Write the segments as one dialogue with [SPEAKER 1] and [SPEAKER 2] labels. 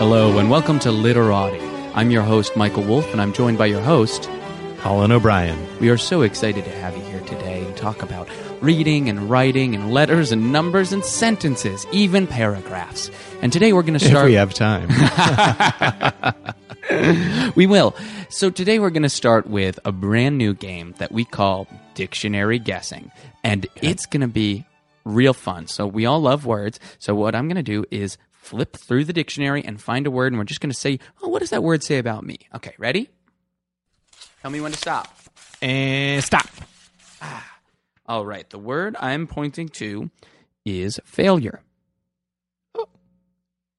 [SPEAKER 1] Hello, and welcome to Literati. I'm your host, Michael Wolf, and I'm joined by your host.
[SPEAKER 2] Colin O'Brien.
[SPEAKER 1] We are so excited to have you here today and talk about reading and writing and letters and numbers and sentences, even paragraphs. And today we're going to
[SPEAKER 2] If
[SPEAKER 1] start.
[SPEAKER 2] we have time.
[SPEAKER 1] We will. So today we're going to start with a brand new game that we call Dictionary Guessing. And it's going to be real fun. So we all love words. So what I'm going to do is flip through the dictionary and find a word. And we're just going to say, oh, what does that word say about me? Okay, ready? Tell me when to stop.
[SPEAKER 2] and stop.
[SPEAKER 1] All right. The word I'm pointing to is failure.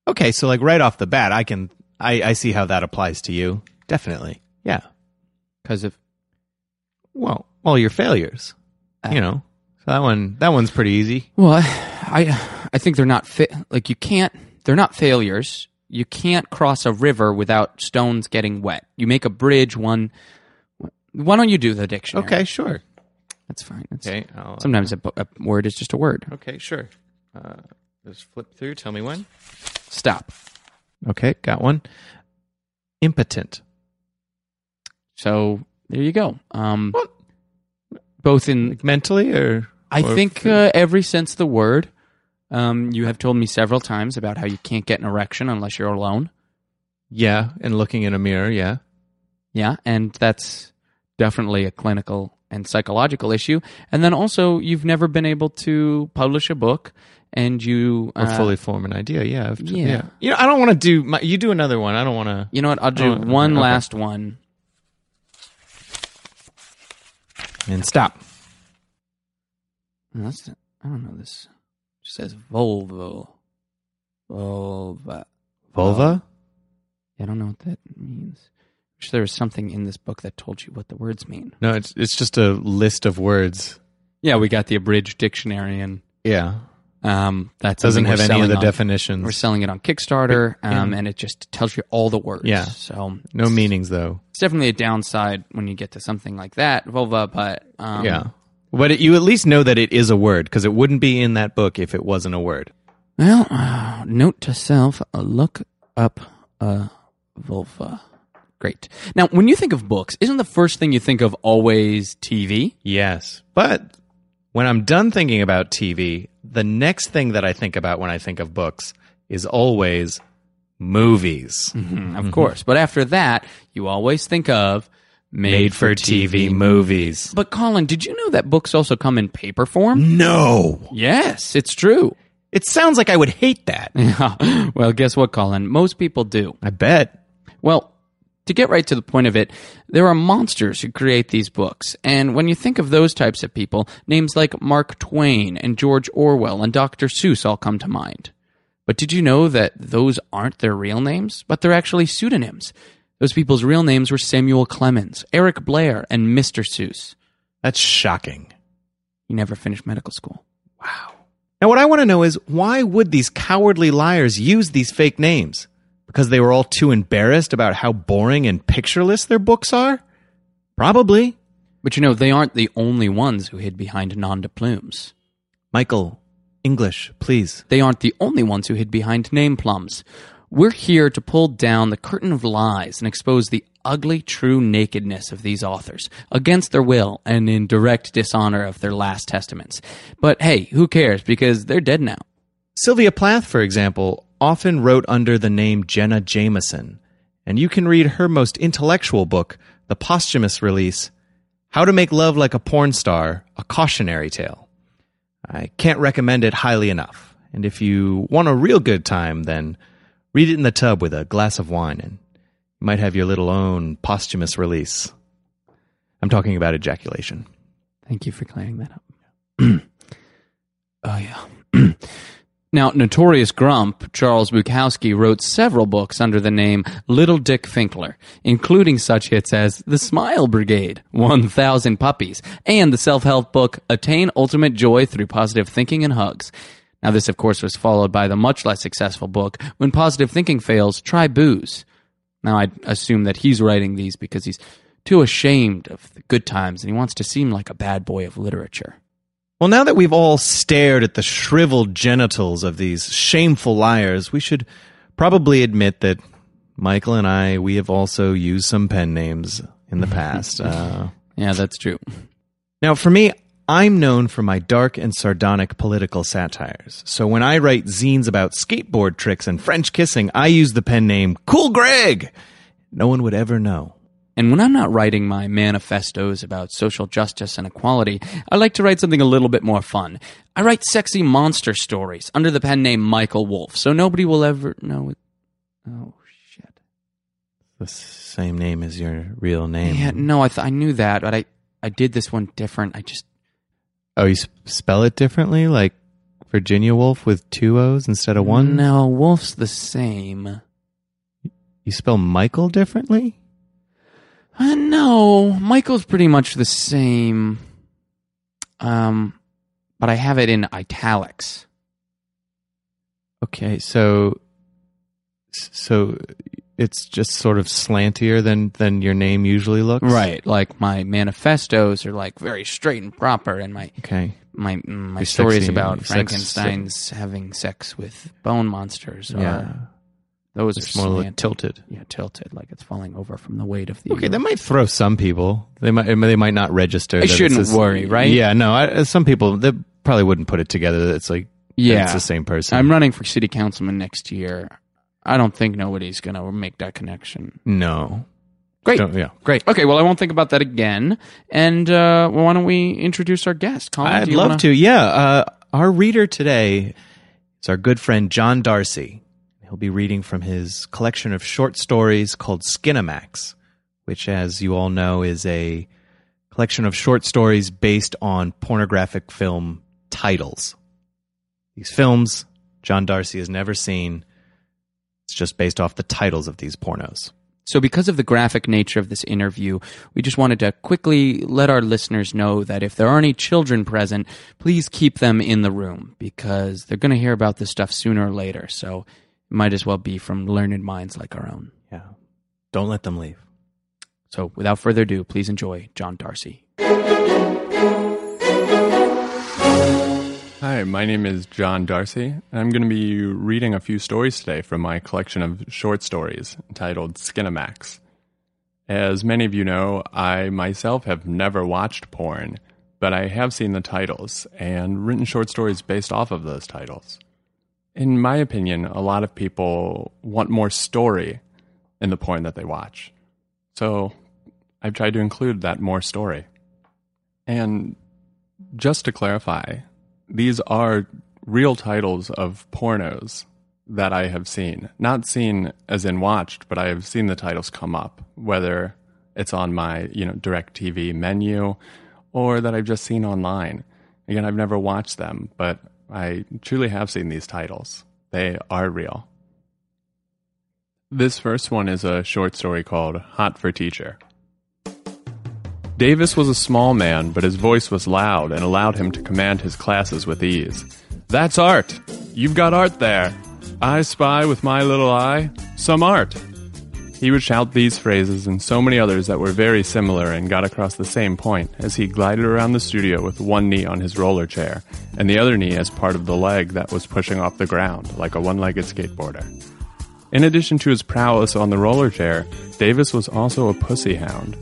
[SPEAKER 2] Okay, so like right off the bat, I can I, I see how that applies to you. Definitely. Yeah.
[SPEAKER 1] Because of.
[SPEAKER 2] Well, all your failures. you know. So that one that one's pretty easy.
[SPEAKER 1] Well, I I think they're not fit. Like you can't. They're not failures. You can't cross a river without stones getting wet. You make a bridge. One. Why don't you do the dictionary?
[SPEAKER 2] Okay, sure.
[SPEAKER 1] that's fine. That's,
[SPEAKER 2] Okay. I'll,
[SPEAKER 1] Sometimes a, bu- a word is just a word.
[SPEAKER 2] okay, sure. Uh, just flip through, tell me when.
[SPEAKER 1] Stop.
[SPEAKER 2] Okay, got one. Impotent.
[SPEAKER 1] So there you go. Um, both in
[SPEAKER 2] Like mentally or
[SPEAKER 1] I
[SPEAKER 2] or-
[SPEAKER 1] think uh, every sense of the word. Um, you have told me several times about how you can't get an erection unless you're alone.
[SPEAKER 2] Yeah, and looking in a mirror, yeah.
[SPEAKER 1] Yeah, and that's definitely a clinical and psychological issue. And then also, you've never been able to publish a book, and you
[SPEAKER 2] Or
[SPEAKER 1] uh,
[SPEAKER 2] fully form an idea, yeah. If-
[SPEAKER 1] yeah.
[SPEAKER 2] You know, I don't want to do my you do another one. I don't want to
[SPEAKER 1] You know what? I'll do
[SPEAKER 2] Oh,
[SPEAKER 1] one
[SPEAKER 2] okay.
[SPEAKER 1] last one.
[SPEAKER 2] and stop.
[SPEAKER 1] Oh, That's I don't know this. It says Volvo. Volva.
[SPEAKER 2] Vulva?
[SPEAKER 1] I don't know what that means. Wish there was something in this book that told you what the words mean.
[SPEAKER 2] No, it's it's just a list of words.
[SPEAKER 1] Yeah, we got the abridged dictionary, and
[SPEAKER 2] Yeah.
[SPEAKER 1] um, that
[SPEAKER 2] Doesn't have any of the definitions.
[SPEAKER 1] We're selling it on Kickstarter,
[SPEAKER 2] Yeah.
[SPEAKER 1] um, and it just tells you all the words.
[SPEAKER 2] Yeah.
[SPEAKER 1] So
[SPEAKER 2] no meanings though.
[SPEAKER 1] it's definitely a downside when you get to something like that, vulva. But um,
[SPEAKER 2] yeah. But it, you at least know that it is a word because it wouldn't be in that book if it wasn't a word.
[SPEAKER 1] Well, uh, note to self: uh, look up a vulva. Great. Now, when you think of books, isn't the first thing you think of always TV?
[SPEAKER 2] Yes. But when I'm done thinking about TV, the next thing that I think about when I think of books is always movies.
[SPEAKER 1] Of course. But after that, you always think of made,
[SPEAKER 2] Made for TV movies.
[SPEAKER 1] But Colin, did you know that books also come in paper
[SPEAKER 2] Mm.
[SPEAKER 1] form?
[SPEAKER 2] No.
[SPEAKER 1] Yes, it's true.
[SPEAKER 2] It sounds like I would hate that.
[SPEAKER 1] well, guess what, Colin? Most people do.
[SPEAKER 2] I bet.
[SPEAKER 1] Well, to get right to the point of it, there are monsters who create these books. And when you think of those types of people, names like Mark Twain and George Orwell and Dr. Seuss all come to mind. But did you know that those aren't their real names, but they're actually pseudonyms? Those people's real names were Samuel Clemens, Eric Blair, and Mr. Seuss.
[SPEAKER 2] That's shocking.
[SPEAKER 1] He never finished medical school.
[SPEAKER 2] Now, what I want to know is why would these cowardly liars use these fake names? Because they were all too embarrassed about how boring and pictureless their books are? Probably.
[SPEAKER 1] But you know, they aren't the only ones who hid behind nom de plumes.
[SPEAKER 2] Michael, English, please.
[SPEAKER 1] they aren't the only ones who hid behind name plums. We're here to pull down the curtain of lies and expose the ugly, true nakedness of these authors, against their will and in direct dishonor of their last testaments. But hey, who cares? Because they're dead now.
[SPEAKER 2] Sylvia Plath, for example, often wrote under the name Jenna Jameson, and you can read her most intellectual book, the posthumous release, How to Make Love Like a Porn Star, a Cautionary Tale. I can't recommend it highly enough. And if you want a real good time, then read it in the tub with a glass of wine and you might have your little own posthumous release. I'm talking about ejaculation.
[SPEAKER 1] Thank you for clearing that up. oh, yeah. now, notorious grump Charles Bukowski wrote several books under the name Little Dick Finkler, including such hits as The Smile Brigade, 1000 Puppies, and the self help book Attain Ultimate Joy Through Positive Thinking and Hugs. Now, this, of course, was followed by the much less successful book When Positive Thinking Fails, Try Booze. Now, I assume that he's writing these because he's too ashamed of the good times and he wants to seem like a bad boy of literature.
[SPEAKER 2] Well, now that we've all stared at the shriveled genitals of these shameful liars, we should probably admit that Michael and I, we have also used some pen names in the past. Uh,
[SPEAKER 1] Yeah, that's true.
[SPEAKER 2] now, for me, I'm known for my dark and sardonic political satires. So when I write zines about skateboard tricks and French kissing, I use the pen name Cool Greg. No one would ever know.
[SPEAKER 1] And when I'm not writing my manifestos about social justice and equality, I like to write something a little bit more fun. I write sexy monster stories under the pen name Michael Wolf, so nobody will ever know it. Oh, shit.
[SPEAKER 2] The same name as your real name.
[SPEAKER 1] Yeah, no, I, th- I knew that, but I, I did this one different. I just.
[SPEAKER 2] Oh, you s- spell it differently, like Virginia Woolf with two O's instead of one.
[SPEAKER 1] No, Wolf's the same.
[SPEAKER 2] You spell Michael differently.
[SPEAKER 1] Uh, no, Michael's pretty much the same. Um, but I have it in italics.
[SPEAKER 2] Okay, so so it's just sort of slantier than than your name usually looks.
[SPEAKER 1] Right. Like my manifestos are like very straight and proper, and my
[SPEAKER 2] Okay.
[SPEAKER 1] my mm, my
[SPEAKER 2] Your
[SPEAKER 1] story is
[SPEAKER 2] sexy-
[SPEAKER 1] about
[SPEAKER 2] sex-
[SPEAKER 1] Frankenstein's having sex with bone monsters. Or
[SPEAKER 2] Yeah.
[SPEAKER 1] those
[SPEAKER 2] It's
[SPEAKER 1] are
[SPEAKER 2] more like
[SPEAKER 1] slanted.
[SPEAKER 2] tilted.
[SPEAKER 1] Yeah, uh, tilted, like it's falling over from the weight of the.
[SPEAKER 2] Okay, that might throw some people. They might they might not register. that it's
[SPEAKER 1] shouldn't
[SPEAKER 2] this-
[SPEAKER 1] worry, right?
[SPEAKER 2] Yeah, no. I, uh, some people they probably wouldn't put it together. That it's like that
[SPEAKER 1] yeah.
[SPEAKER 2] it's the same person.
[SPEAKER 1] I'm running for city councilman next year. I don't think nobody's gonna make that connection.
[SPEAKER 2] no.
[SPEAKER 1] Great.
[SPEAKER 2] Don't- yeah, great.
[SPEAKER 1] Okay, well, I won't think about that again. And uh, well, why don't we introduce our guest? Colin,
[SPEAKER 2] I'd
[SPEAKER 1] do you
[SPEAKER 2] love
[SPEAKER 1] wanna-
[SPEAKER 2] to. Yeah. Uh, our reader today is our good friend John Darcy. He'll be reading from his collection of short stories called Skinamax, which, as you all know, is a collection of short stories based on pornographic film titles. These films John Darcy has never seen. It's just based off the titles of these pornos.
[SPEAKER 1] So, because of the graphic nature of this interview, we just wanted to quickly let our listeners know that if there are any children present, please keep them in the room because they're going to hear about this stuff sooner or later. So, it might as well be from learned minds like our own.
[SPEAKER 2] Yeah. Don't let them leave.
[SPEAKER 1] So, without further ado, please enjoy John Darcy.
[SPEAKER 3] Hi, my name is John Darcy, and I'm going to be reading a few stories today from my collection of short stories titled Skinamax. As many of you know, I myself have never watched porn, but I have seen the titles and written short stories based off of those titles. In my opinion, a lot of people want more story in the porn that they watch. So I've tried to include that more story. And just to clarify, these are real titles of pornos that I have seen. Not seen as in watched, but I have seen the titles come up, whether it's on my, you know, direct TV menu or that I've just seen online. Again, I've never watched them, but I truly have seen these titles. They are real. This first one is a short story called Hot for Teacher. Davis was a small man, but his voice was loud and allowed him to command his classes with ease. That's art! You've got art there! I spy with my little eye some art! He would shout these phrases and so many others that were very similar and got across the same point as he glided around the studio with one knee on his roller chair and the other knee as part of the leg that was pushing off the ground like a one legged skateboarder. In addition to his prowess on the roller chair, Davis was also a pussy hound.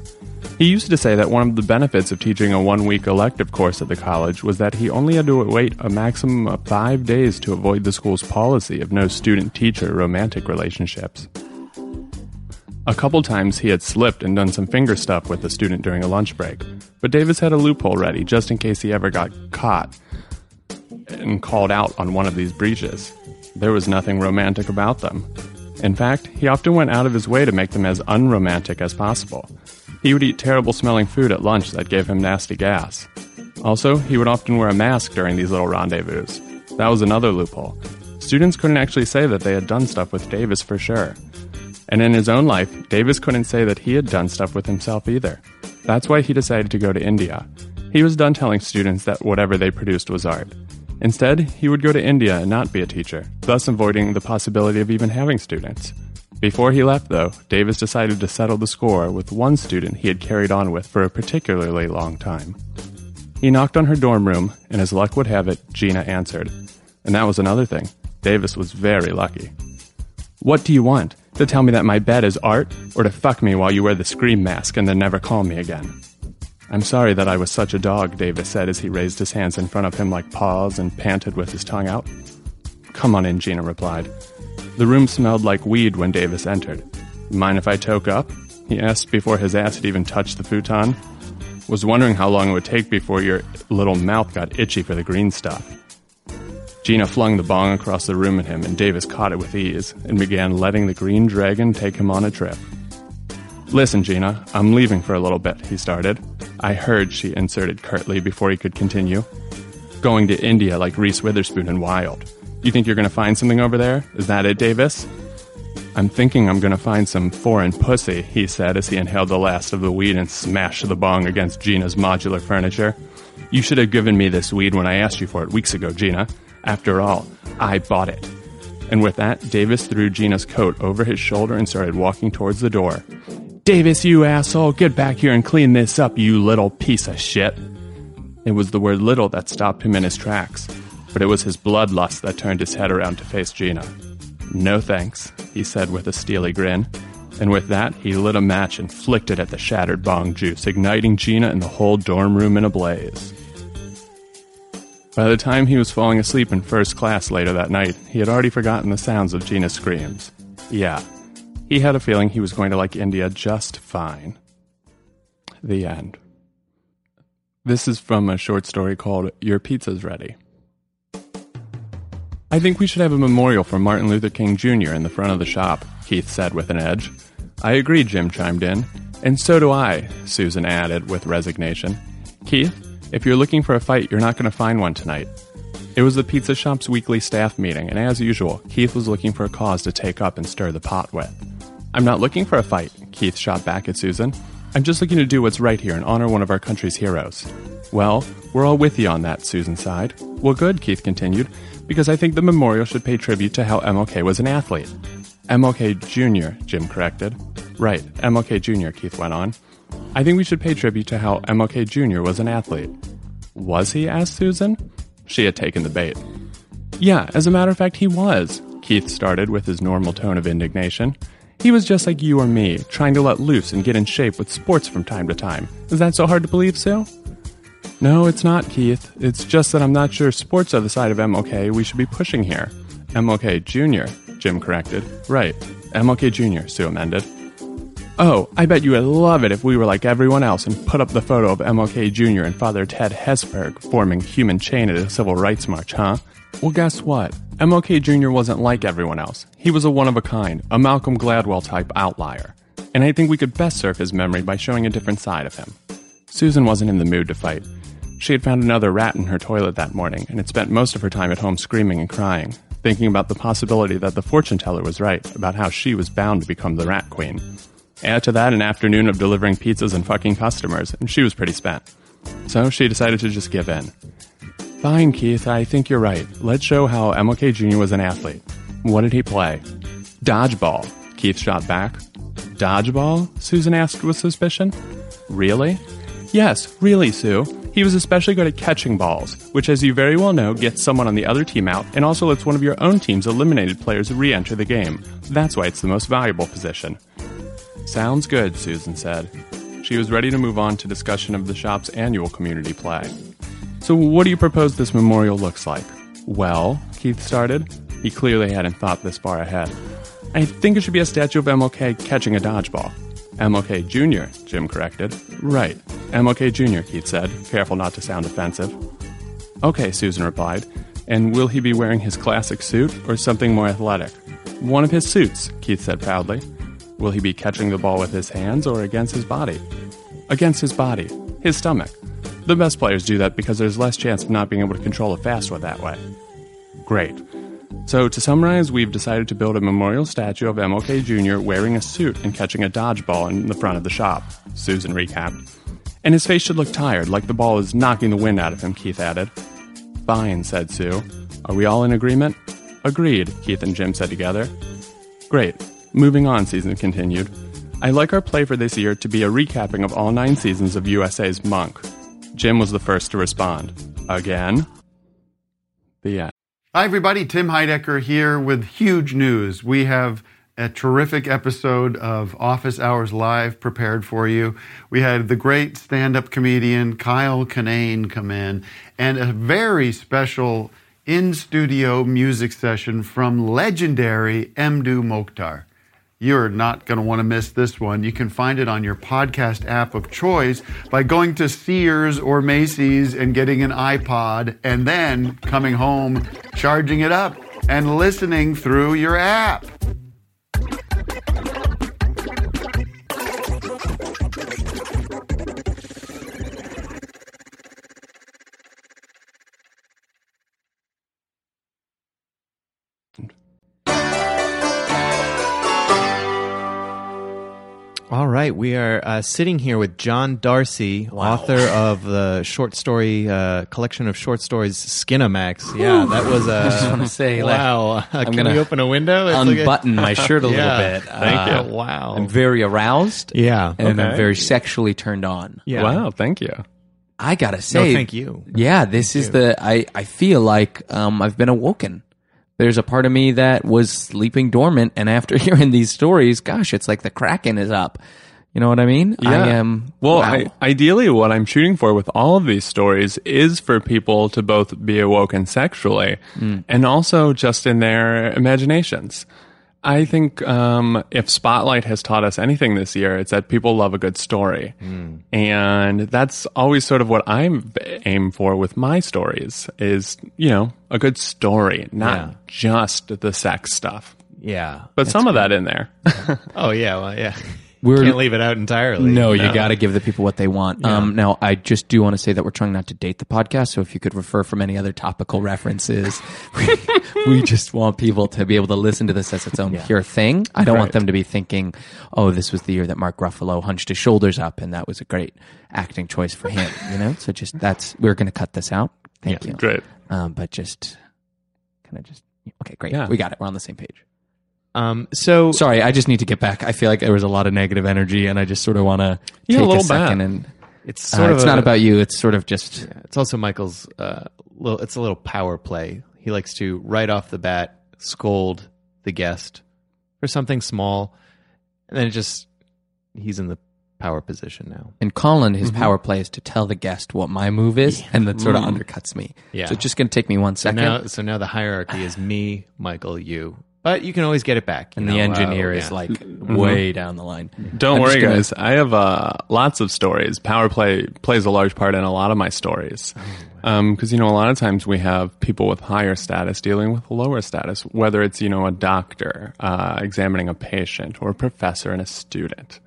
[SPEAKER 3] He used to say that one of the benefits of teaching a one week elective course at the college was that he only had to wait a maximum of five days to avoid the school's policy of no student teacher romantic relationships. A couple times he had slipped and done some finger stuff with a student during a lunch break, but Davis had a loophole ready just in case he ever got caught and called out on one of these breaches. There was nothing romantic about them. In fact, he often went out of his way to make them as unromantic as possible. He would eat terrible smelling food at lunch that gave him nasty gas. Also, he would often wear a mask during these little rendezvous. That was another loophole. Students couldn't actually say that they had done stuff with Davis for sure. And in his own life, Davis couldn't say that he had done stuff with himself either. That's why he decided to go to India. He was done telling students that whatever they produced was art. Instead, he would go to India and not be a teacher, thus avoiding the possibility of even having students. Before he left, though, Davis decided to settle the score with one student he had carried on with for a particularly long time. He knocked on her dorm room, and as luck would have it, Gina answered. And that was another thing. Davis was very lucky. What do you want? To tell me that my bed is art, or to fuck me while you wear the scream mask and then never call me again? I'm sorry that I was such a dog, Davis said as he raised his hands in front of him like paws and panted with his tongue out. Come on in, Gina replied. The room smelled like weed when Davis entered. Mind if I toke up? He asked before his ass had even touched the futon. Was wondering how long it would take before your little mouth got itchy for the green stuff. Gina flung the bong across the room at him, and Davis caught it with ease and began letting the green dragon take him on a trip. Listen, Gina, I'm leaving for a little bit, he started. I heard, she inserted curtly before he could continue. Going to India like Reese Witherspoon and Wild. You think you're going to find something over there? Is that it, Davis? I'm thinking I'm going to find some foreign pussy, he said as he inhaled the last of the weed and smashed the bong against Gina's modular furniture. You should have given me this weed when I asked you for it weeks ago, Gina. After all, I bought it. And with that, Davis threw Gina's coat over his shoulder and started walking towards the door. Davis, you asshole, get back here and clean this up, you little piece of shit. It was the word little that stopped him in his tracks, but it was his bloodlust that turned his head around to face Gina. No thanks, he said with a steely grin. And with that, he lit a match and flicked it at the shattered bong juice, igniting Gina and the whole dorm room in a blaze. By the time he was falling asleep in first class later that night, he had already forgotten the sounds of Gina's screams. Yeah, he had a feeling he was going to like India just fine. The end. This is from a short story called Your Pizza's Ready. I think we should have a memorial for Martin Luther King Jr. in the front of the shop, Keith said with an edge. I agree, Jim chimed in. And so do I, Susan added with resignation. Keith, if you're looking for a fight, you're not going to find one tonight. It was the pizza shop's weekly staff meeting, and as usual, Keith was looking for a cause to take up and stir the pot with. I'm not looking for a fight, Keith shot back at Susan. I'm just looking to do what's right here and honor one of our country's heroes. Well, we're all with you on that, Susan sighed. Well, good, Keith continued, because I think the memorial should pay tribute to how MLK was an athlete. MLK Jr., Jim corrected. Right, MLK Jr., Keith went on. I think we should pay tribute to how MLK Jr. was an athlete. Was he? asked Susan. She had taken the bait. Yeah, as a matter of fact, he was, Keith started with his normal tone of indignation. He was just like you or me, trying to let loose and get in shape with sports from time to time. Is that so hard to believe, Sue? No, it's not, Keith. It's just that I'm not sure sports are the side of MLK we should be pushing here. MLK Jr., Jim corrected. Right, MLK Jr., Sue amended. Oh, I bet you would love it if we were like everyone else and put up the photo of MLK Jr. and Father Ted Hesberg forming human chain at a civil rights march, huh? Well, guess what? MLK Jr. wasn't like everyone else. He was a one of a kind, a Malcolm Gladwell type outlier. And I think we could best serve his memory by showing a different side of him. Susan wasn't in the mood to fight. She had found another rat in her toilet that morning and had spent most of her time at home screaming and crying, thinking about the possibility that the fortune teller was right about how she was bound to become the rat queen. Add to that an afternoon of delivering pizzas and fucking customers, and she was pretty spent. So she decided to just give in. Fine, Keith, I think you're right. Let's show how MLK Jr. was an athlete. What did he play? Dodgeball, Keith shot back. Dodgeball? Susan asked with suspicion. Really? Yes, really, Sue. He was especially good at catching balls, which, as you very well know, gets someone on the other team out and also lets one of your own team's eliminated players re enter the game. That's why it's the most valuable position. Sounds good, Susan said. She was ready to move on to discussion of the shop's annual community play. So, what do you propose this memorial looks like? Well, Keith started. He clearly hadn't thought this far ahead. I think it should be a statue of MLK catching a dodgeball. MLK Jr., Jim corrected. Right, MLK Jr., Keith said, careful not to sound offensive. Okay, Susan replied. And will he be wearing his classic suit or something more athletic? One of his suits, Keith said proudly. Will he be catching the ball with his hands or against his body? Against his body, his stomach. The best players do that because there's less chance of not being able to control a fast one that way. Great. So, to summarize, we've decided to build a memorial statue of MLK Jr. wearing a suit and catching a dodgeball in the front of the shop, Susan recapped. And his face should look tired, like the ball is knocking the wind out of him, Keith added. Fine, said Sue. Are we all in agreement? Agreed, Keith and Jim said together. Great. Moving on, Season continued. I like our play for this year to be a recapping of all nine seasons of USA's Monk. Jim was the first to respond. Again? The end.
[SPEAKER 4] Hi, everybody. Tim Heidecker here with huge news. We have a terrific episode of Office Hours Live prepared for you. We had the great stand up comedian Kyle Kinane come in and a very special in studio music session from legendary Mdu Mokhtar. You're not going to want to miss this one. You can find it on your podcast app of choice by going to Sears or Macy's and getting an iPod and then coming home, charging it up, and listening through your app.
[SPEAKER 2] All right, we are uh, sitting here with John Darcy, author of the short story uh, collection of short stories Skinamax. Yeah, that was a. I just
[SPEAKER 1] wanna say, like,
[SPEAKER 2] wow. Uh, can
[SPEAKER 1] gonna
[SPEAKER 2] we open a window? It's like a-
[SPEAKER 1] Unbutton my shirt a little
[SPEAKER 2] Yeah.
[SPEAKER 1] bit.
[SPEAKER 2] Thank
[SPEAKER 1] Uh,
[SPEAKER 2] you. Wow.
[SPEAKER 1] I'm very aroused.
[SPEAKER 2] yeah.
[SPEAKER 1] And I'm
[SPEAKER 3] Okay.
[SPEAKER 1] very sexually turned on.
[SPEAKER 2] yeah.
[SPEAKER 3] Wow, thank you.
[SPEAKER 1] I gotta
[SPEAKER 2] No,
[SPEAKER 1] say,
[SPEAKER 2] thank you.
[SPEAKER 1] Yeah, this is the I I feel like um I've been awoken. There's a part of me that was sleeping dormant, and after hearing these stories, gosh, it's like the kraken is up. You know what I mean? I am.
[SPEAKER 3] Well,
[SPEAKER 1] wow.
[SPEAKER 3] I, ideally, what I'm shooting for with all of these stories is for people to both be awoken sexually
[SPEAKER 1] Mm.
[SPEAKER 3] and also just in their imaginations. I think um, if Spotlight has taught us anything this year, it's that people love a good story.
[SPEAKER 1] Mm.
[SPEAKER 3] And that's always sort of what I aim for with my stories is, you know, a good story, not
[SPEAKER 2] Yeah.
[SPEAKER 3] just the sex stuff,
[SPEAKER 2] Yeah.
[SPEAKER 3] but some of that in there.
[SPEAKER 2] Oh, yeah. Well, yeah. We
[SPEAKER 1] We're-
[SPEAKER 2] can't leave it out entirely.
[SPEAKER 1] no, you got to give the people what they want. Um, now, I just do want to say that we're trying not to date the podcast, so if you could refer from any other topical references, we, we just want people to be able to listen to this as its own pure thing. I don't want them to be thinking, "Oh, this was the year that Mark Ruffalo hunched his shoulders up, and that was a great acting choice for him." You know, so just that's we're going to cut this out. Thank you.
[SPEAKER 3] Great.
[SPEAKER 1] Um, but just kind of just okay, great.
[SPEAKER 3] Yeah.
[SPEAKER 1] We got it. We're on the same page.
[SPEAKER 2] Um, so,
[SPEAKER 1] Sorry, I just need to get back. I feel like there was a lot of negative energy, and I just sort of want to
[SPEAKER 3] Yeah, a
[SPEAKER 1] take
[SPEAKER 3] little
[SPEAKER 1] second
[SPEAKER 3] bad.
[SPEAKER 1] and
[SPEAKER 2] it's
[SPEAKER 1] uh,
[SPEAKER 2] sort of.
[SPEAKER 1] it's
[SPEAKER 2] a-
[SPEAKER 1] not about you. It's sort of just
[SPEAKER 2] It's also Michael's uh, little. It's a little power play. He likes to right off the bat scold the guest for something small, and then it just he's in the power position now.
[SPEAKER 1] and Colin. His power play is to tell the guest what my move is, and that sort of undercuts me.
[SPEAKER 2] Yeah.
[SPEAKER 1] So it's just gonna take me one second.
[SPEAKER 2] Now, so now the hierarchy is me, Michael, you. But you can always get it back. you
[SPEAKER 1] and
[SPEAKER 2] know,
[SPEAKER 1] the
[SPEAKER 2] uh,
[SPEAKER 1] engineer
[SPEAKER 2] yeah.
[SPEAKER 1] is like way down the line.
[SPEAKER 3] Don't
[SPEAKER 1] I'm just
[SPEAKER 3] worry,
[SPEAKER 1] gonna-
[SPEAKER 3] guys. I have uh, lots of stories. Power play plays a large part in a lot of my stories.
[SPEAKER 1] Oh,
[SPEAKER 3] Because, you know, a lot of times we have people with higher status dealing with lower status, whether it's, you know, a doctor uh, examining a patient or a professor and a student.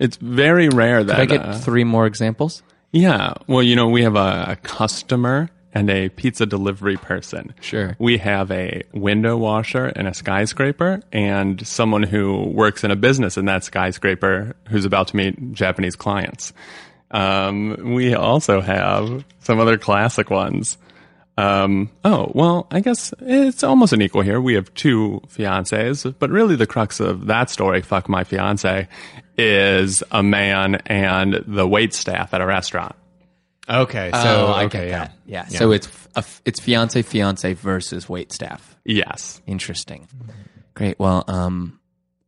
[SPEAKER 3] It's very rare that.
[SPEAKER 1] Did Hmm. I get
[SPEAKER 3] uh,
[SPEAKER 1] three more examples?
[SPEAKER 3] yeah. Well, you know, we have a, a customer and a pizza delivery person.
[SPEAKER 1] Sure.
[SPEAKER 3] We have a window washer in a skyscraper and someone who works in a business in that skyscraper who's about to meet Japanese clients. Um, we also have some other classic ones. Um, oh, well, I guess it's almost an equal here. We have two fiancés, but really the crux of that story, Fuck My Fiancé, is a man and the wait staff at a restaurant.
[SPEAKER 2] okay. So okay, yeah.
[SPEAKER 1] Oh, Yeah. So it's f- a f- it's fiance fiance versus wait staff.
[SPEAKER 3] Yes.
[SPEAKER 1] Interesting. Great. Well, um,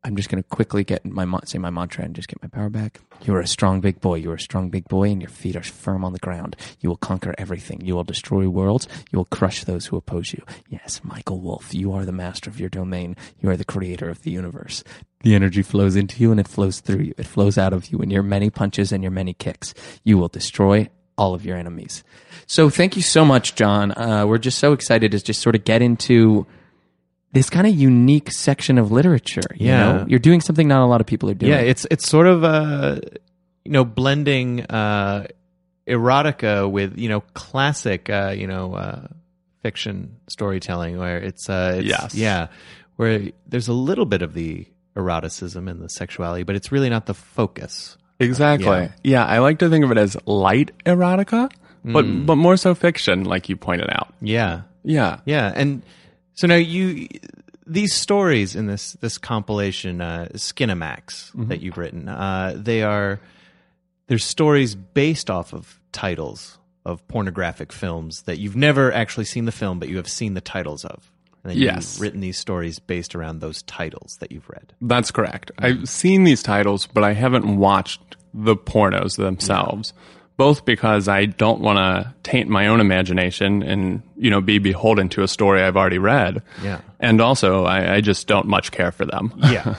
[SPEAKER 1] I'm just going to quickly get my mon- say my mantra and just get my power back. You are a strong big boy. You are a strong big boy, and your feet are firm on the ground. You will conquer everything. You will destroy worlds. You will crush those who oppose you. Yes, Michael Wolf, you are the master of your domain. You are the creator of the universe. The energy flows into you and it flows through you. It flows out of you in your many punches and your many kicks. You will destroy all of your enemies. So thank you so much, John. Uh, we're just so excited to just sort of get into this kind of unique section of literature. You
[SPEAKER 2] Yeah.
[SPEAKER 1] know? you're doing something not a lot of people are doing.
[SPEAKER 2] Yeah, it's it's sort of uh, you know blending uh, erotica with you know classic uh, you know uh, fiction storytelling where it's, uh, it's
[SPEAKER 3] Yes.
[SPEAKER 2] yeah where there's a little bit of the eroticism and the sexuality, but it's really not the focus.
[SPEAKER 3] Exactly. Yeah. I like to think of it as light erotica, but but more so fiction, like you pointed out.
[SPEAKER 2] Yeah,
[SPEAKER 3] Mm. Yeah.
[SPEAKER 2] yeah, and so now you these stories in this this compilation uh, Skinamax
[SPEAKER 3] Mm-hmm.
[SPEAKER 2] that you've written, uh, they are they're stories based off of titles of pornographic films that you've never actually seen the film, but you have seen the titles of. And then
[SPEAKER 3] Yes.
[SPEAKER 2] you've written these stories based around those titles that you've read.
[SPEAKER 3] That's correct. I've seen these titles, but I haven't watched the pornos themselves. Both because I don't want to taint my own imagination and you know be beholden to a story I've already read.
[SPEAKER 2] Yeah.
[SPEAKER 3] And also, I, I just don't much care for them.
[SPEAKER 2] Yeah.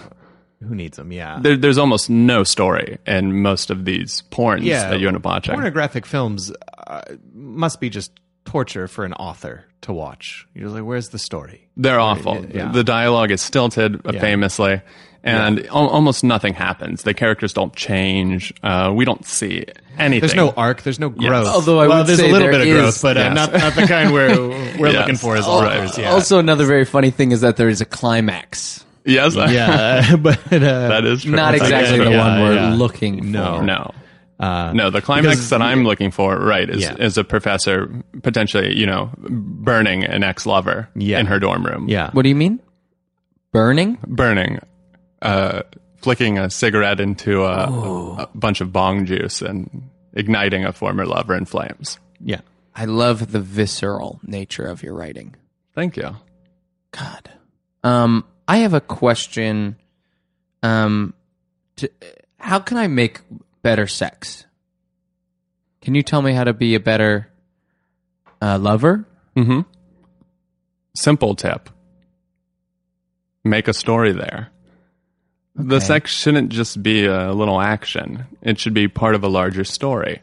[SPEAKER 2] Who needs them? Yeah.
[SPEAKER 3] There, there's almost no story in most of these porns
[SPEAKER 2] yeah.
[SPEAKER 3] that you end up watching.
[SPEAKER 2] Pornographic films uh, must be just torture for an author to watch. You're like, where's the story?
[SPEAKER 3] They're awful.
[SPEAKER 2] yeah.
[SPEAKER 3] The dialogue is stilted, uh famously, and al- almost nothing happens. The characters don't change. Uh, we don't see anything.
[SPEAKER 2] There's no arc. There's no growth.
[SPEAKER 1] Although I
[SPEAKER 5] well,
[SPEAKER 1] would
[SPEAKER 5] there's
[SPEAKER 1] say
[SPEAKER 5] a little
[SPEAKER 1] there
[SPEAKER 5] bit of growth,
[SPEAKER 1] is-
[SPEAKER 5] but uh,
[SPEAKER 3] yes.
[SPEAKER 5] not not the kind where we're
[SPEAKER 3] Yes.
[SPEAKER 5] looking for as
[SPEAKER 3] All right.
[SPEAKER 5] authors. Yeah.
[SPEAKER 1] Also, another very funny thing is that there is a climax.
[SPEAKER 3] Yes,
[SPEAKER 2] yeah, but uh,
[SPEAKER 3] that is true.
[SPEAKER 1] Not
[SPEAKER 3] That's
[SPEAKER 1] exactly
[SPEAKER 3] true.
[SPEAKER 1] the one we're
[SPEAKER 2] yeah.
[SPEAKER 1] looking
[SPEAKER 2] No.
[SPEAKER 1] for.
[SPEAKER 3] No. no, the climax that I'm looking for, right, is,
[SPEAKER 2] Uh, Yeah.
[SPEAKER 3] is a professor potentially, you know, burning an ex lover
[SPEAKER 2] Yeah.
[SPEAKER 3] in her dorm room.
[SPEAKER 2] yeah,
[SPEAKER 1] What do you mean? Burning?
[SPEAKER 3] Burning, uh, flicking a cigarette into a, a bunch of bong juice and igniting a former lover in flames.
[SPEAKER 2] yeah.
[SPEAKER 1] I love the visceral nature of your writing.
[SPEAKER 3] Thank you.
[SPEAKER 1] God. Um, I have a question. Um, to, how can I make better sex? Can you tell me how to be a better uh, lover?
[SPEAKER 3] hmm Simple tip make a story there. The
[SPEAKER 1] Okay.
[SPEAKER 3] sex shouldn't just be a little action, it should be part of a larger story.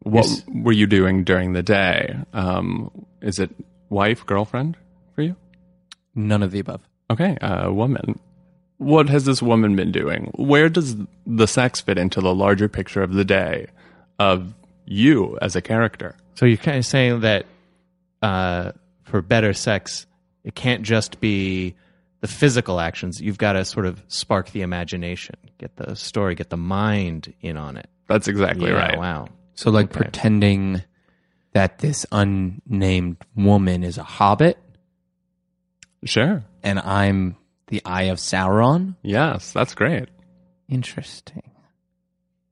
[SPEAKER 3] What
[SPEAKER 1] Yes.
[SPEAKER 3] were you doing during the day? Um, is it wife, girlfriend for you?
[SPEAKER 1] None of the above.
[SPEAKER 3] Okay, uh, woman. What has this woman been doing? Where does the sex fit into the larger picture of the day of you as a character?
[SPEAKER 2] So you're kind of saying that uh, for better sex, it can't just be the physical actions. You've got to sort of spark the imagination, get the story, get the mind in on it.
[SPEAKER 3] That's exactly
[SPEAKER 2] Yeah,
[SPEAKER 3] right.
[SPEAKER 2] Wow.
[SPEAKER 1] So, like pretending that this unnamed woman is a hobbit
[SPEAKER 3] Sure.
[SPEAKER 1] and I'm the Eye of Sauron?
[SPEAKER 3] Yes, that's great.
[SPEAKER 1] Interesting.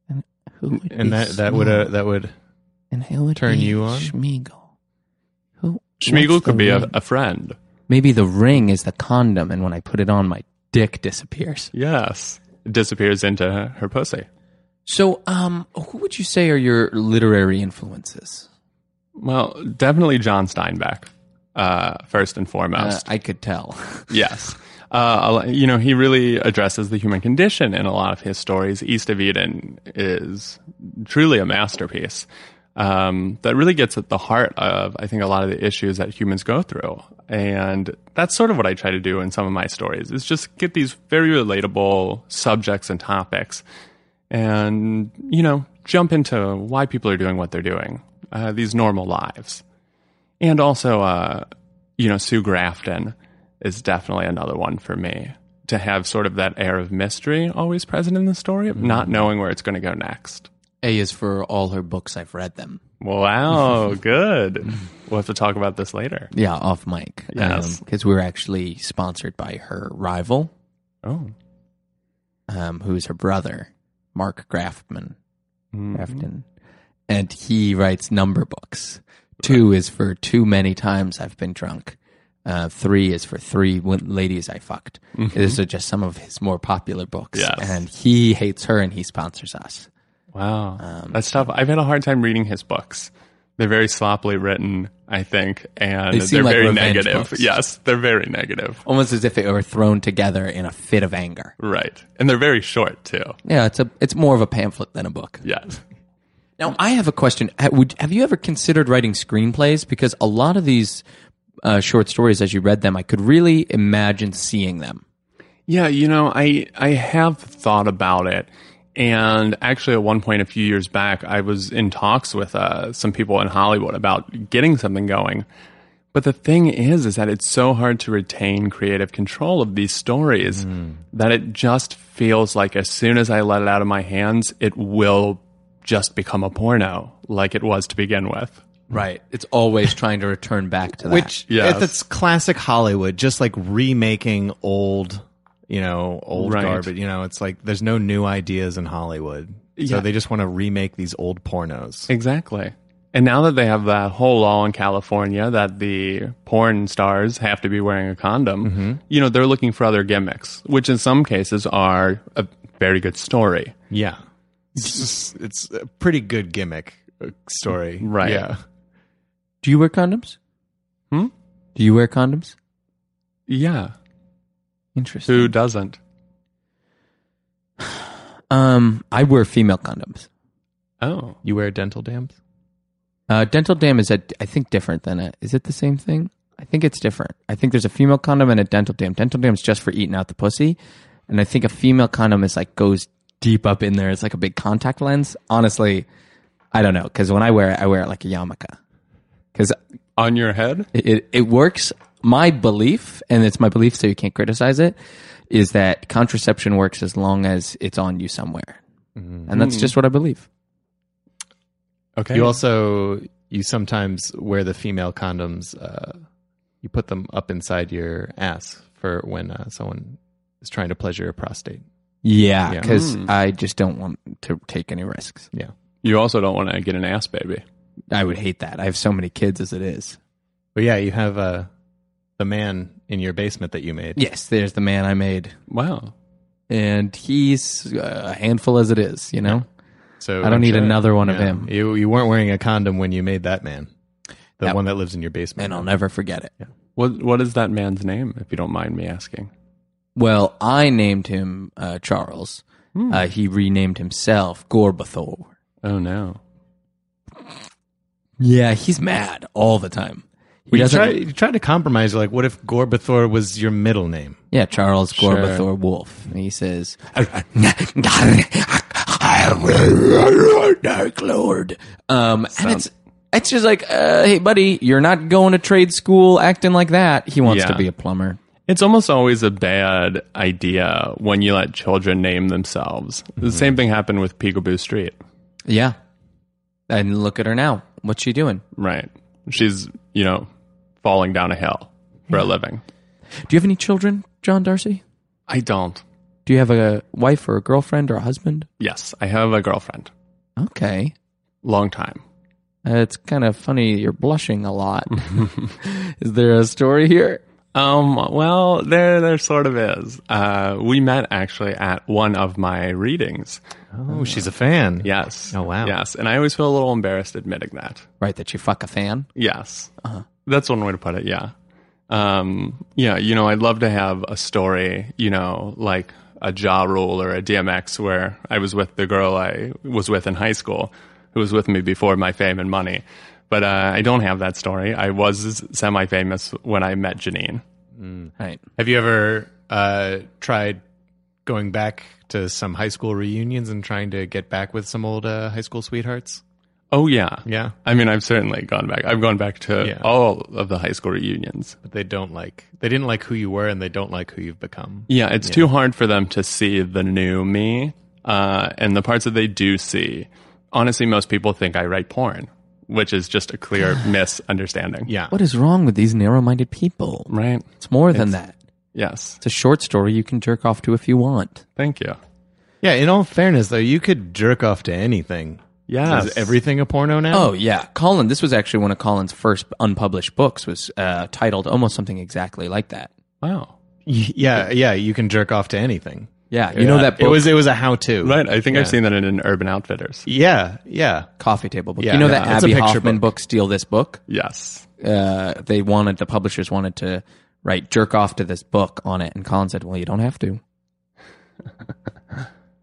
[SPEAKER 1] And who would be
[SPEAKER 2] And that that
[SPEAKER 1] Smeagol?
[SPEAKER 2] would uh, that would
[SPEAKER 1] and who would
[SPEAKER 2] turn
[SPEAKER 1] be
[SPEAKER 2] you on?
[SPEAKER 1] Schmeagol. Who? what's
[SPEAKER 3] Schmiegel
[SPEAKER 1] the
[SPEAKER 3] could be a,
[SPEAKER 1] ring?
[SPEAKER 3] a friend.
[SPEAKER 1] Maybe the ring is the condom, and when I put it on, my dick disappears.
[SPEAKER 3] Yes. Disappears into her, her pussy.
[SPEAKER 1] So, um, who would you say are your literary influences?
[SPEAKER 3] Well, definitely John Steinbeck, uh, first and
[SPEAKER 1] Uh,
[SPEAKER 3] foremost.
[SPEAKER 1] I could tell.
[SPEAKER 3] yes. Uh, a lo- you know, he really addresses the human condition in a lot of his stories. East of Eden is truly a masterpiece um, that really gets at the heart of, I think, a lot of the issues that humans go through. And that's sort of what I try to do in some of my stories is just get these very relatable subjects and topics and, you know, jump into why people are doing what they're doing, uh, these normal lives. And also, uh, you know, Sue Grafton is definitely another one for me to have sort of that air of mystery always present in the story, of not knowing where it's going to go next.
[SPEAKER 1] A is for all her books. I've read them.
[SPEAKER 3] Wow, good. We'll have to talk about this later.
[SPEAKER 1] Yeah, off mic.
[SPEAKER 3] Yes.
[SPEAKER 1] because we're actually sponsored by her rival,
[SPEAKER 3] Oh,
[SPEAKER 1] um, who is her brother, Mark Grafman.
[SPEAKER 3] Mm-hmm.
[SPEAKER 1] Grafton, and he writes number books. Two is for too many times I've been drunk. Uh, three is for three win- ladies I fucked. These are just some of his more popular books,
[SPEAKER 3] Mm-hmm. Yes.
[SPEAKER 1] and he hates her, and he sponsors us.
[SPEAKER 3] wow. That's tough. I've had a hard time reading his books. They're very sloppily written, I think, and
[SPEAKER 1] They
[SPEAKER 3] they
[SPEAKER 1] seem
[SPEAKER 3] are
[SPEAKER 1] like
[SPEAKER 3] very
[SPEAKER 1] revenge
[SPEAKER 3] negative.
[SPEAKER 1] books.
[SPEAKER 3] Yes, they're very negative.
[SPEAKER 1] Almost as if they were thrown together in a fit of anger.
[SPEAKER 3] Right. And they're very short, too.
[SPEAKER 1] Yeah, it's a it's more of a pamphlet than a book.
[SPEAKER 3] Yes.
[SPEAKER 1] Now, I have a question. Ha- Would have you ever considered writing screenplays? Because a lot of these uh, short stories, as you read them, I could really imagine seeing them.
[SPEAKER 3] Yeah, you know, I I have thought about it, and actually, at one point a few years back, I was in talks with uh, some people in Hollywood about getting something going. But the thing is, is that it's so hard to retain creative control of these stories that it just feels like as soon as I let it out of my hands, it will just become a porno, like it was to begin with.
[SPEAKER 1] Hmm. Right. It's always trying to return back to that.
[SPEAKER 2] Which
[SPEAKER 3] Yes.
[SPEAKER 2] if it's classic Hollywood, just like remaking old, you know, old
[SPEAKER 3] Right.
[SPEAKER 2] garbage. You know, it's like there's no new ideas in Hollywood,
[SPEAKER 3] Yeah.
[SPEAKER 2] so they just want to remake these old pornos.
[SPEAKER 3] Exactly. And now that they have that whole law in California that the porn stars have to be wearing a condom,
[SPEAKER 2] Mm-hmm.
[SPEAKER 3] you know, they're looking for other gimmicks, which in some cases are a very good story.
[SPEAKER 2] Yeah. It's, it's a pretty good gimmick uh, story.
[SPEAKER 3] Right.
[SPEAKER 2] Yeah.
[SPEAKER 1] Do you wear condoms?
[SPEAKER 3] Hmm?
[SPEAKER 1] Do you wear condoms?
[SPEAKER 3] Yeah.
[SPEAKER 1] Interesting.
[SPEAKER 3] Who doesn't?
[SPEAKER 1] Um, I wear female condoms.
[SPEAKER 3] Oh.
[SPEAKER 2] You wear dental dams?
[SPEAKER 1] Uh, dental dam is, a, I think, different than it. Is it the same thing? I think it's different. I think there's a female condom and a dental dam. Dental dam's just for eating out the pussy, and I think a female condom is like goes deep up in there. It's like a big contact lens. Honestly, I don't know because when I wear it, I wear it like a yarmulke because
[SPEAKER 3] On your head?
[SPEAKER 1] it, it, it works. My belief, and it's my belief, so you can't criticize it, is that contraception works as long as it's on you somewhere, and that's just what I believe.
[SPEAKER 3] Okay.
[SPEAKER 2] You also, you sometimes wear the female condoms, uh, you put them up inside your ass for when uh, someone is trying to pleasure your prostate.
[SPEAKER 1] Yeah,
[SPEAKER 2] Yeah.
[SPEAKER 1] because I just don't want to take any risks.
[SPEAKER 2] Yeah.
[SPEAKER 3] you also don't want to get an ass baby.
[SPEAKER 1] I would hate that. I have so many kids as it is.
[SPEAKER 2] But yeah, you have uh, the man in your basement that you made.
[SPEAKER 1] Yes, there's the man I made,
[SPEAKER 3] Wow.
[SPEAKER 1] and he's uh, a handful as it is. You know,
[SPEAKER 2] So
[SPEAKER 1] I don't
[SPEAKER 2] I'm
[SPEAKER 1] need
[SPEAKER 2] sure-
[SPEAKER 1] another one of him.
[SPEAKER 2] You you weren't wearing a condom when you made that man, the
[SPEAKER 1] That-
[SPEAKER 2] one that lives in your basement.
[SPEAKER 1] and uh, I'll never forget it.
[SPEAKER 3] What What is that man's name, if you don't mind me asking?
[SPEAKER 1] Well, I named him uh, Charles. Uh, he renamed himself Gorbathor.
[SPEAKER 3] Oh, no.
[SPEAKER 1] Yeah, he's mad all the time. He
[SPEAKER 2] We
[SPEAKER 1] doesn't.
[SPEAKER 2] try you try to compromise. Like, what if Gorbathor was your middle name?
[SPEAKER 1] yeah, Charles Gorbathor Wolf, and he says, Um, "Dark Lord," um, and it's it's just like, uh, hey, buddy, you're not going to trade school acting like that. He wants
[SPEAKER 3] Yeah.
[SPEAKER 1] to be a plumber.
[SPEAKER 3] It's almost always a bad idea when you let children name themselves. The same thing happened with Peekaboo Street.
[SPEAKER 1] Yeah, and look at her now. What's she doing?
[SPEAKER 3] Right. She's, you know, falling down a hill for a living.
[SPEAKER 1] Do you have any children, John Darcy?
[SPEAKER 3] I don't.
[SPEAKER 1] Do you have a wife or a girlfriend or a husband?
[SPEAKER 3] Yes, I have a girlfriend.
[SPEAKER 1] Okay.
[SPEAKER 3] Long time.
[SPEAKER 1] Uh, it's kind of funny. You're blushing a lot. Is there a story here?
[SPEAKER 3] Um, well, there, there sort of is. Uh, we met actually at one of my readings.
[SPEAKER 2] Oh, she's a fan.
[SPEAKER 3] Yes.
[SPEAKER 2] Oh, wow.
[SPEAKER 3] Yes. And I always feel a little embarrassed admitting that.
[SPEAKER 1] Right, that you fuck a fan.
[SPEAKER 3] Yes.
[SPEAKER 2] Uh-huh.
[SPEAKER 3] That's one way to put it. Yeah. Um, yeah. You know, I'd love to have a story, you know, like a jaw rule or a DMX where I was with the girl I was with in high school who was with me before my fame and money. But uh, I don't have that story. I was semi famous when I met Janine.
[SPEAKER 1] Right.
[SPEAKER 2] Have you ever uh, tried going back to some high school reunions and trying to get back with some old uh, high school sweethearts?
[SPEAKER 3] Oh, yeah.
[SPEAKER 2] Yeah.
[SPEAKER 3] I mean, I've certainly gone back. I've gone back to
[SPEAKER 2] Yeah.
[SPEAKER 3] all of the high school reunions.
[SPEAKER 2] But they don't like. They didn't like who you were, and they don't like who you've become.
[SPEAKER 3] Yeah, it's too hard for them to see the new me. Uh, and the parts that they do see, honestly, most people think I write porn, which is just a clear misunderstanding.
[SPEAKER 2] Yeah.
[SPEAKER 1] What is wrong with these narrow minded people?
[SPEAKER 3] Right?
[SPEAKER 1] It's more than that.
[SPEAKER 3] Yes.
[SPEAKER 1] It's a short story you can jerk off to if you want.
[SPEAKER 3] Thank you.
[SPEAKER 2] Yeah. In all fairness, though, you could jerk off to anything.
[SPEAKER 3] Yes.
[SPEAKER 2] Is everything a porno now?
[SPEAKER 1] Oh, yeah. Colin, this was actually one of Colin's first unpublished books, was uh, titled almost something exactly like that.
[SPEAKER 3] Wow.
[SPEAKER 2] yeah, yeah. You can jerk off to anything.
[SPEAKER 1] Yeah. You know
[SPEAKER 2] Yeah.
[SPEAKER 1] that book,
[SPEAKER 2] It was it was a how to.
[SPEAKER 3] Right. I think I've seen that in an Urban Outfitters.
[SPEAKER 2] Yeah, yeah.
[SPEAKER 1] Coffee Table book.
[SPEAKER 2] Yeah,
[SPEAKER 1] you know that
[SPEAKER 2] yeah, it's a
[SPEAKER 1] Abby
[SPEAKER 2] picture
[SPEAKER 1] Hoffman
[SPEAKER 2] book.
[SPEAKER 1] book, Steal This Book?
[SPEAKER 3] Yes.
[SPEAKER 1] uh, they wanted the publishers wanted to write jerk off to this book on it, and Colin said, "Well, you don't have to."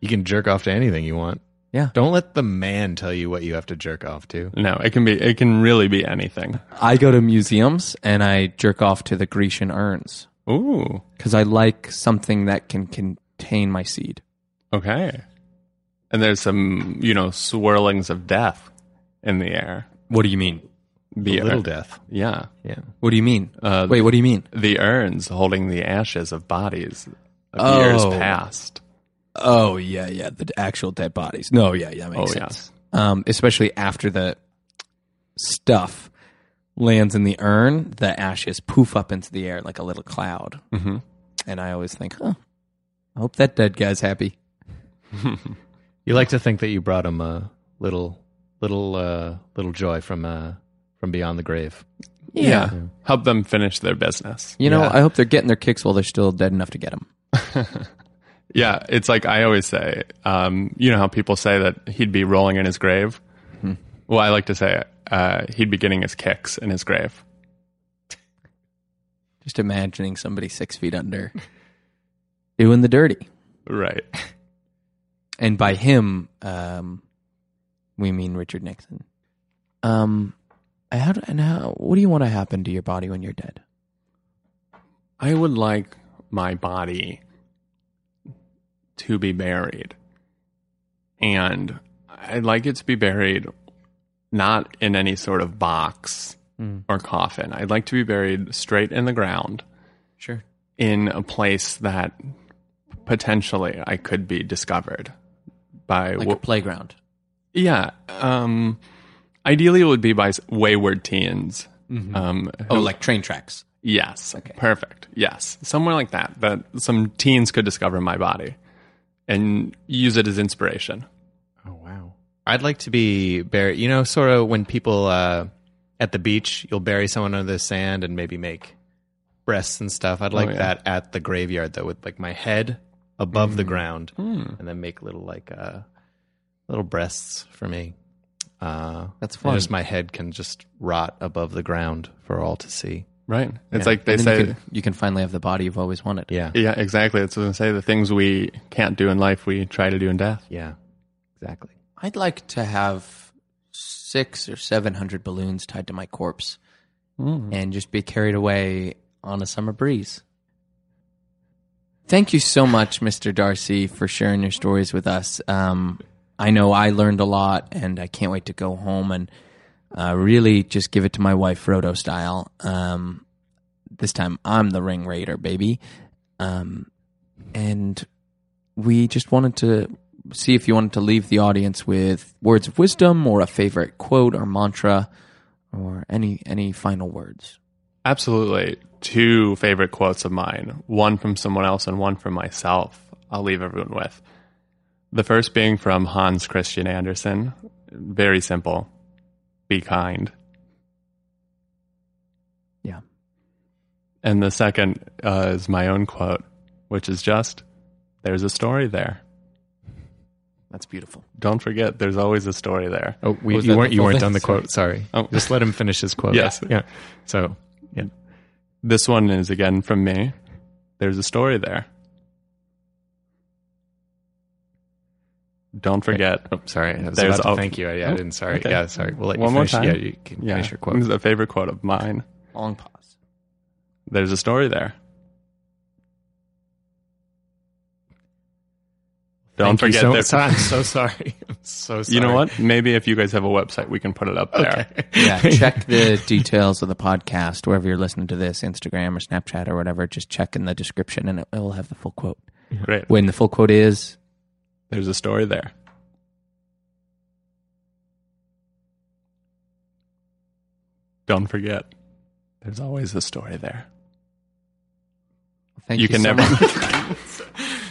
[SPEAKER 2] You can jerk off to anything you want.
[SPEAKER 1] Yeah.
[SPEAKER 2] Don't let the man tell you what you have to jerk off to.
[SPEAKER 3] No, it can be, it can really be anything.
[SPEAKER 1] I go to museums and I jerk off to the Grecian urns
[SPEAKER 3] Ooh.
[SPEAKER 1] because I like something that can contain my seed.
[SPEAKER 3] Okay. And there's some, you know, swirlings of death in the air.
[SPEAKER 1] What do you mean?
[SPEAKER 3] The
[SPEAKER 2] Little
[SPEAKER 3] ur-
[SPEAKER 2] death.
[SPEAKER 3] Yeah.
[SPEAKER 2] Yeah.
[SPEAKER 1] What do you mean?
[SPEAKER 3] Uh,
[SPEAKER 1] Wait, what do you mean?
[SPEAKER 3] the urns holding the ashes of bodies of years
[SPEAKER 1] Oh.
[SPEAKER 3] past.
[SPEAKER 1] Oh yeah, yeah, the actual dead bodies. No, yeah, yeah, that
[SPEAKER 3] Oh
[SPEAKER 1] makes sense.
[SPEAKER 3] yes,
[SPEAKER 1] um, especially after the stuff lands in the urn, the ashes poof up into the air like a little cloud. Mm-hmm. And I always think, huh, I hope that dead guy's happy.
[SPEAKER 2] You like to think that you brought him a little little uh, little joy from uh, from beyond the grave.
[SPEAKER 3] Yeah. Help them finish their business.
[SPEAKER 1] You know, I hope they're getting their kicks while they're still dead enough to get them.
[SPEAKER 3] Yeah, it's like I always say, um, you know how people say that he'd be rolling in his grave? Well, I like to say uh, he'd be getting his kicks in his grave.
[SPEAKER 1] Just imagining somebody six feet under doing the dirty.
[SPEAKER 3] Right.
[SPEAKER 1] And by him, um, we mean Richard Nixon. Um, how, do- and how, what do you want to happen to your body when you're dead?
[SPEAKER 3] I would like my body to be buried. And I'd like it to be buried not in any sort of box or coffin. I'd like to be buried straight in the ground
[SPEAKER 1] Sure.
[SPEAKER 3] in a place that potentially I could be discovered by
[SPEAKER 1] Like
[SPEAKER 3] wh-
[SPEAKER 1] a playground.
[SPEAKER 3] Yeah. Um, ideally, it would be by s- wayward teens. Um,
[SPEAKER 1] Oh, like train tracks.
[SPEAKER 3] yes. Perfect. Yes. Somewhere like that, that some teens could discover my body and use it as inspiration.
[SPEAKER 2] Oh wow! I'd like to be buried. You know, sort of when people uh, at the beach, you'll bury someone under the sand and maybe make breasts and stuff.
[SPEAKER 1] Oh,
[SPEAKER 2] I'd like
[SPEAKER 3] yeah.
[SPEAKER 2] that at the graveyard though, with like my head above
[SPEAKER 5] Hmm.
[SPEAKER 2] the ground,
[SPEAKER 1] Hmm.
[SPEAKER 2] and then make little like uh, little breasts for me. Uh,
[SPEAKER 1] That's
[SPEAKER 2] and
[SPEAKER 1] fun.
[SPEAKER 2] Just my head can just rot above the ground for all to see.
[SPEAKER 3] Right. It's like they
[SPEAKER 1] And then
[SPEAKER 3] say.
[SPEAKER 1] you can, you can finally have the body you've always wanted.
[SPEAKER 2] Yeah,
[SPEAKER 3] yeah, exactly. It's what they say. The things we can't do in life, we try to do in death.
[SPEAKER 2] yeah, exactly.
[SPEAKER 1] I'd like to have six or seven hundred balloons tied to my corpse and just be carried away on a summer breeze. Thank you so much, Mr. Darcy, for sharing your stories with us. Um, I know I learned a lot, and I can't wait to go home and uh, really just give it to my wife, Frodo style. Um, this time, I'm the ring raider, baby. Um, and we just wanted to see if you wanted to leave the audience with words of wisdom or a favorite quote or mantra or any any final words.
[SPEAKER 3] Absolutely. Two favorite quotes of mine, one from someone else and one from myself. I'll leave everyone with. The first being from Hans Christian Andersen. Very simple. Be kind.
[SPEAKER 1] Yeah.
[SPEAKER 3] And the second uh, is my own quote, which is just there's a story there.
[SPEAKER 1] That's beautiful.
[SPEAKER 3] Don't forget, there's always a story there.
[SPEAKER 5] Oh, we,
[SPEAKER 1] Was
[SPEAKER 5] you
[SPEAKER 1] that
[SPEAKER 5] weren't
[SPEAKER 1] the
[SPEAKER 5] you
[SPEAKER 1] full
[SPEAKER 5] weren't
[SPEAKER 1] thing?
[SPEAKER 5] done the quote. Sorry.
[SPEAKER 3] Oh.
[SPEAKER 5] Just let him finish his quote.
[SPEAKER 3] Yes.
[SPEAKER 5] Yeah. So yeah.
[SPEAKER 3] This one is again from me. There's a story there. Don't forget.
[SPEAKER 5] Oh, sorry. I was
[SPEAKER 3] There's
[SPEAKER 5] about to
[SPEAKER 3] a-
[SPEAKER 5] thank you. Yeah, I didn't. Sorry.
[SPEAKER 3] Okay.
[SPEAKER 5] Yeah, sorry. We'll let
[SPEAKER 3] One
[SPEAKER 5] you
[SPEAKER 3] more
[SPEAKER 5] finish.
[SPEAKER 3] time?
[SPEAKER 5] Yeah, you can
[SPEAKER 3] Yeah,
[SPEAKER 5] finish your
[SPEAKER 3] This
[SPEAKER 5] quote.
[SPEAKER 3] is a favorite quote of mine.
[SPEAKER 1] Long pause.
[SPEAKER 3] There's a story there. Don't
[SPEAKER 5] Thank you
[SPEAKER 3] forget
[SPEAKER 5] so,
[SPEAKER 3] there's
[SPEAKER 5] so- I'm so sorry. I'm so sorry.
[SPEAKER 3] You know what? Maybe if you guys have a website, we can put it up there.
[SPEAKER 1] Yeah, check the details of the podcast wherever you're listening to this, Instagram or Snapchat or whatever. Just check in the description, and it will have the full quote.
[SPEAKER 3] Great.
[SPEAKER 1] When the full quote is,
[SPEAKER 3] There's a story there. Don't forget, there's always a story there.
[SPEAKER 1] thank
[SPEAKER 3] You,
[SPEAKER 1] you,
[SPEAKER 3] can
[SPEAKER 1] so
[SPEAKER 3] never.
[SPEAKER 1] much.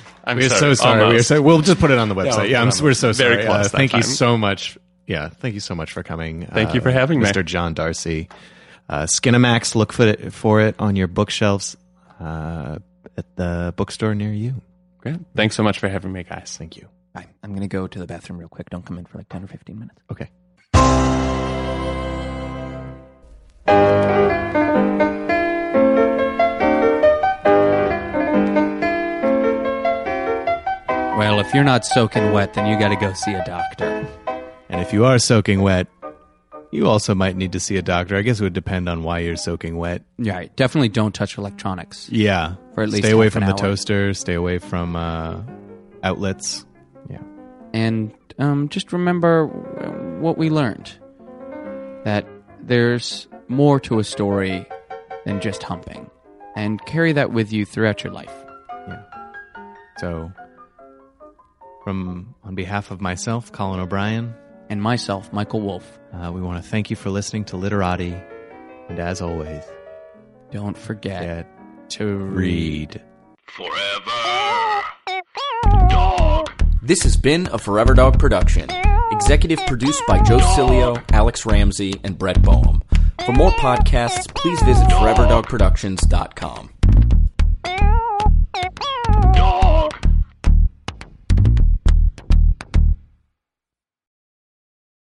[SPEAKER 3] I'm
[SPEAKER 5] We're so sorry. We're
[SPEAKER 3] almost.
[SPEAKER 5] so, we'll just put it on the
[SPEAKER 3] we'll
[SPEAKER 5] website.
[SPEAKER 3] put it
[SPEAKER 5] Yeah, I'm,
[SPEAKER 3] on the-
[SPEAKER 5] we're so
[SPEAKER 3] very
[SPEAKER 5] sorry. Uh,
[SPEAKER 3] close that
[SPEAKER 5] thank
[SPEAKER 3] time.
[SPEAKER 5] you so much. Yeah, thank you so much for coming. uh,
[SPEAKER 3] Thank you for having me.
[SPEAKER 2] Mr. John Darcy. Uh, Skinamax, look for it, for it on your bookshelves uh, at the bookstore near you.
[SPEAKER 3] Great. Thanks so much for having me, guys.
[SPEAKER 2] Thank you.
[SPEAKER 1] Bye. I'm gonna go to the bathroom real quick. Don't come in for like ten or fifteen minutes.
[SPEAKER 2] Okay.
[SPEAKER 1] Well, if you're not soaking wet, then you got to go see a doctor.
[SPEAKER 2] And if you are soaking wet, you also might need to see a doctor. I guess it would depend on why you're soaking wet.
[SPEAKER 1] Yeah, definitely don't touch electronics.
[SPEAKER 2] Yeah.
[SPEAKER 1] For at least
[SPEAKER 2] stay away
[SPEAKER 1] half an
[SPEAKER 2] from the
[SPEAKER 1] hour.
[SPEAKER 2] toaster. Stay away from uh, outlets. Yeah.
[SPEAKER 1] and um, just remember w- what we learned that there's more to a story than just humping and carry that with you throughout your life
[SPEAKER 2] So, from on behalf of myself, Colin O'Brien,
[SPEAKER 1] and myself michael wolf
[SPEAKER 2] uh, we want to thank you for listening to Literati. And as always,
[SPEAKER 1] don't forget
[SPEAKER 2] get
[SPEAKER 1] to
[SPEAKER 2] read.
[SPEAKER 6] This has been a Forever Dog production. Executive produced by Joe Cilio, Alex Ramsey, and Brett Boehm. For more podcasts, please visit foreverdogproductions.com.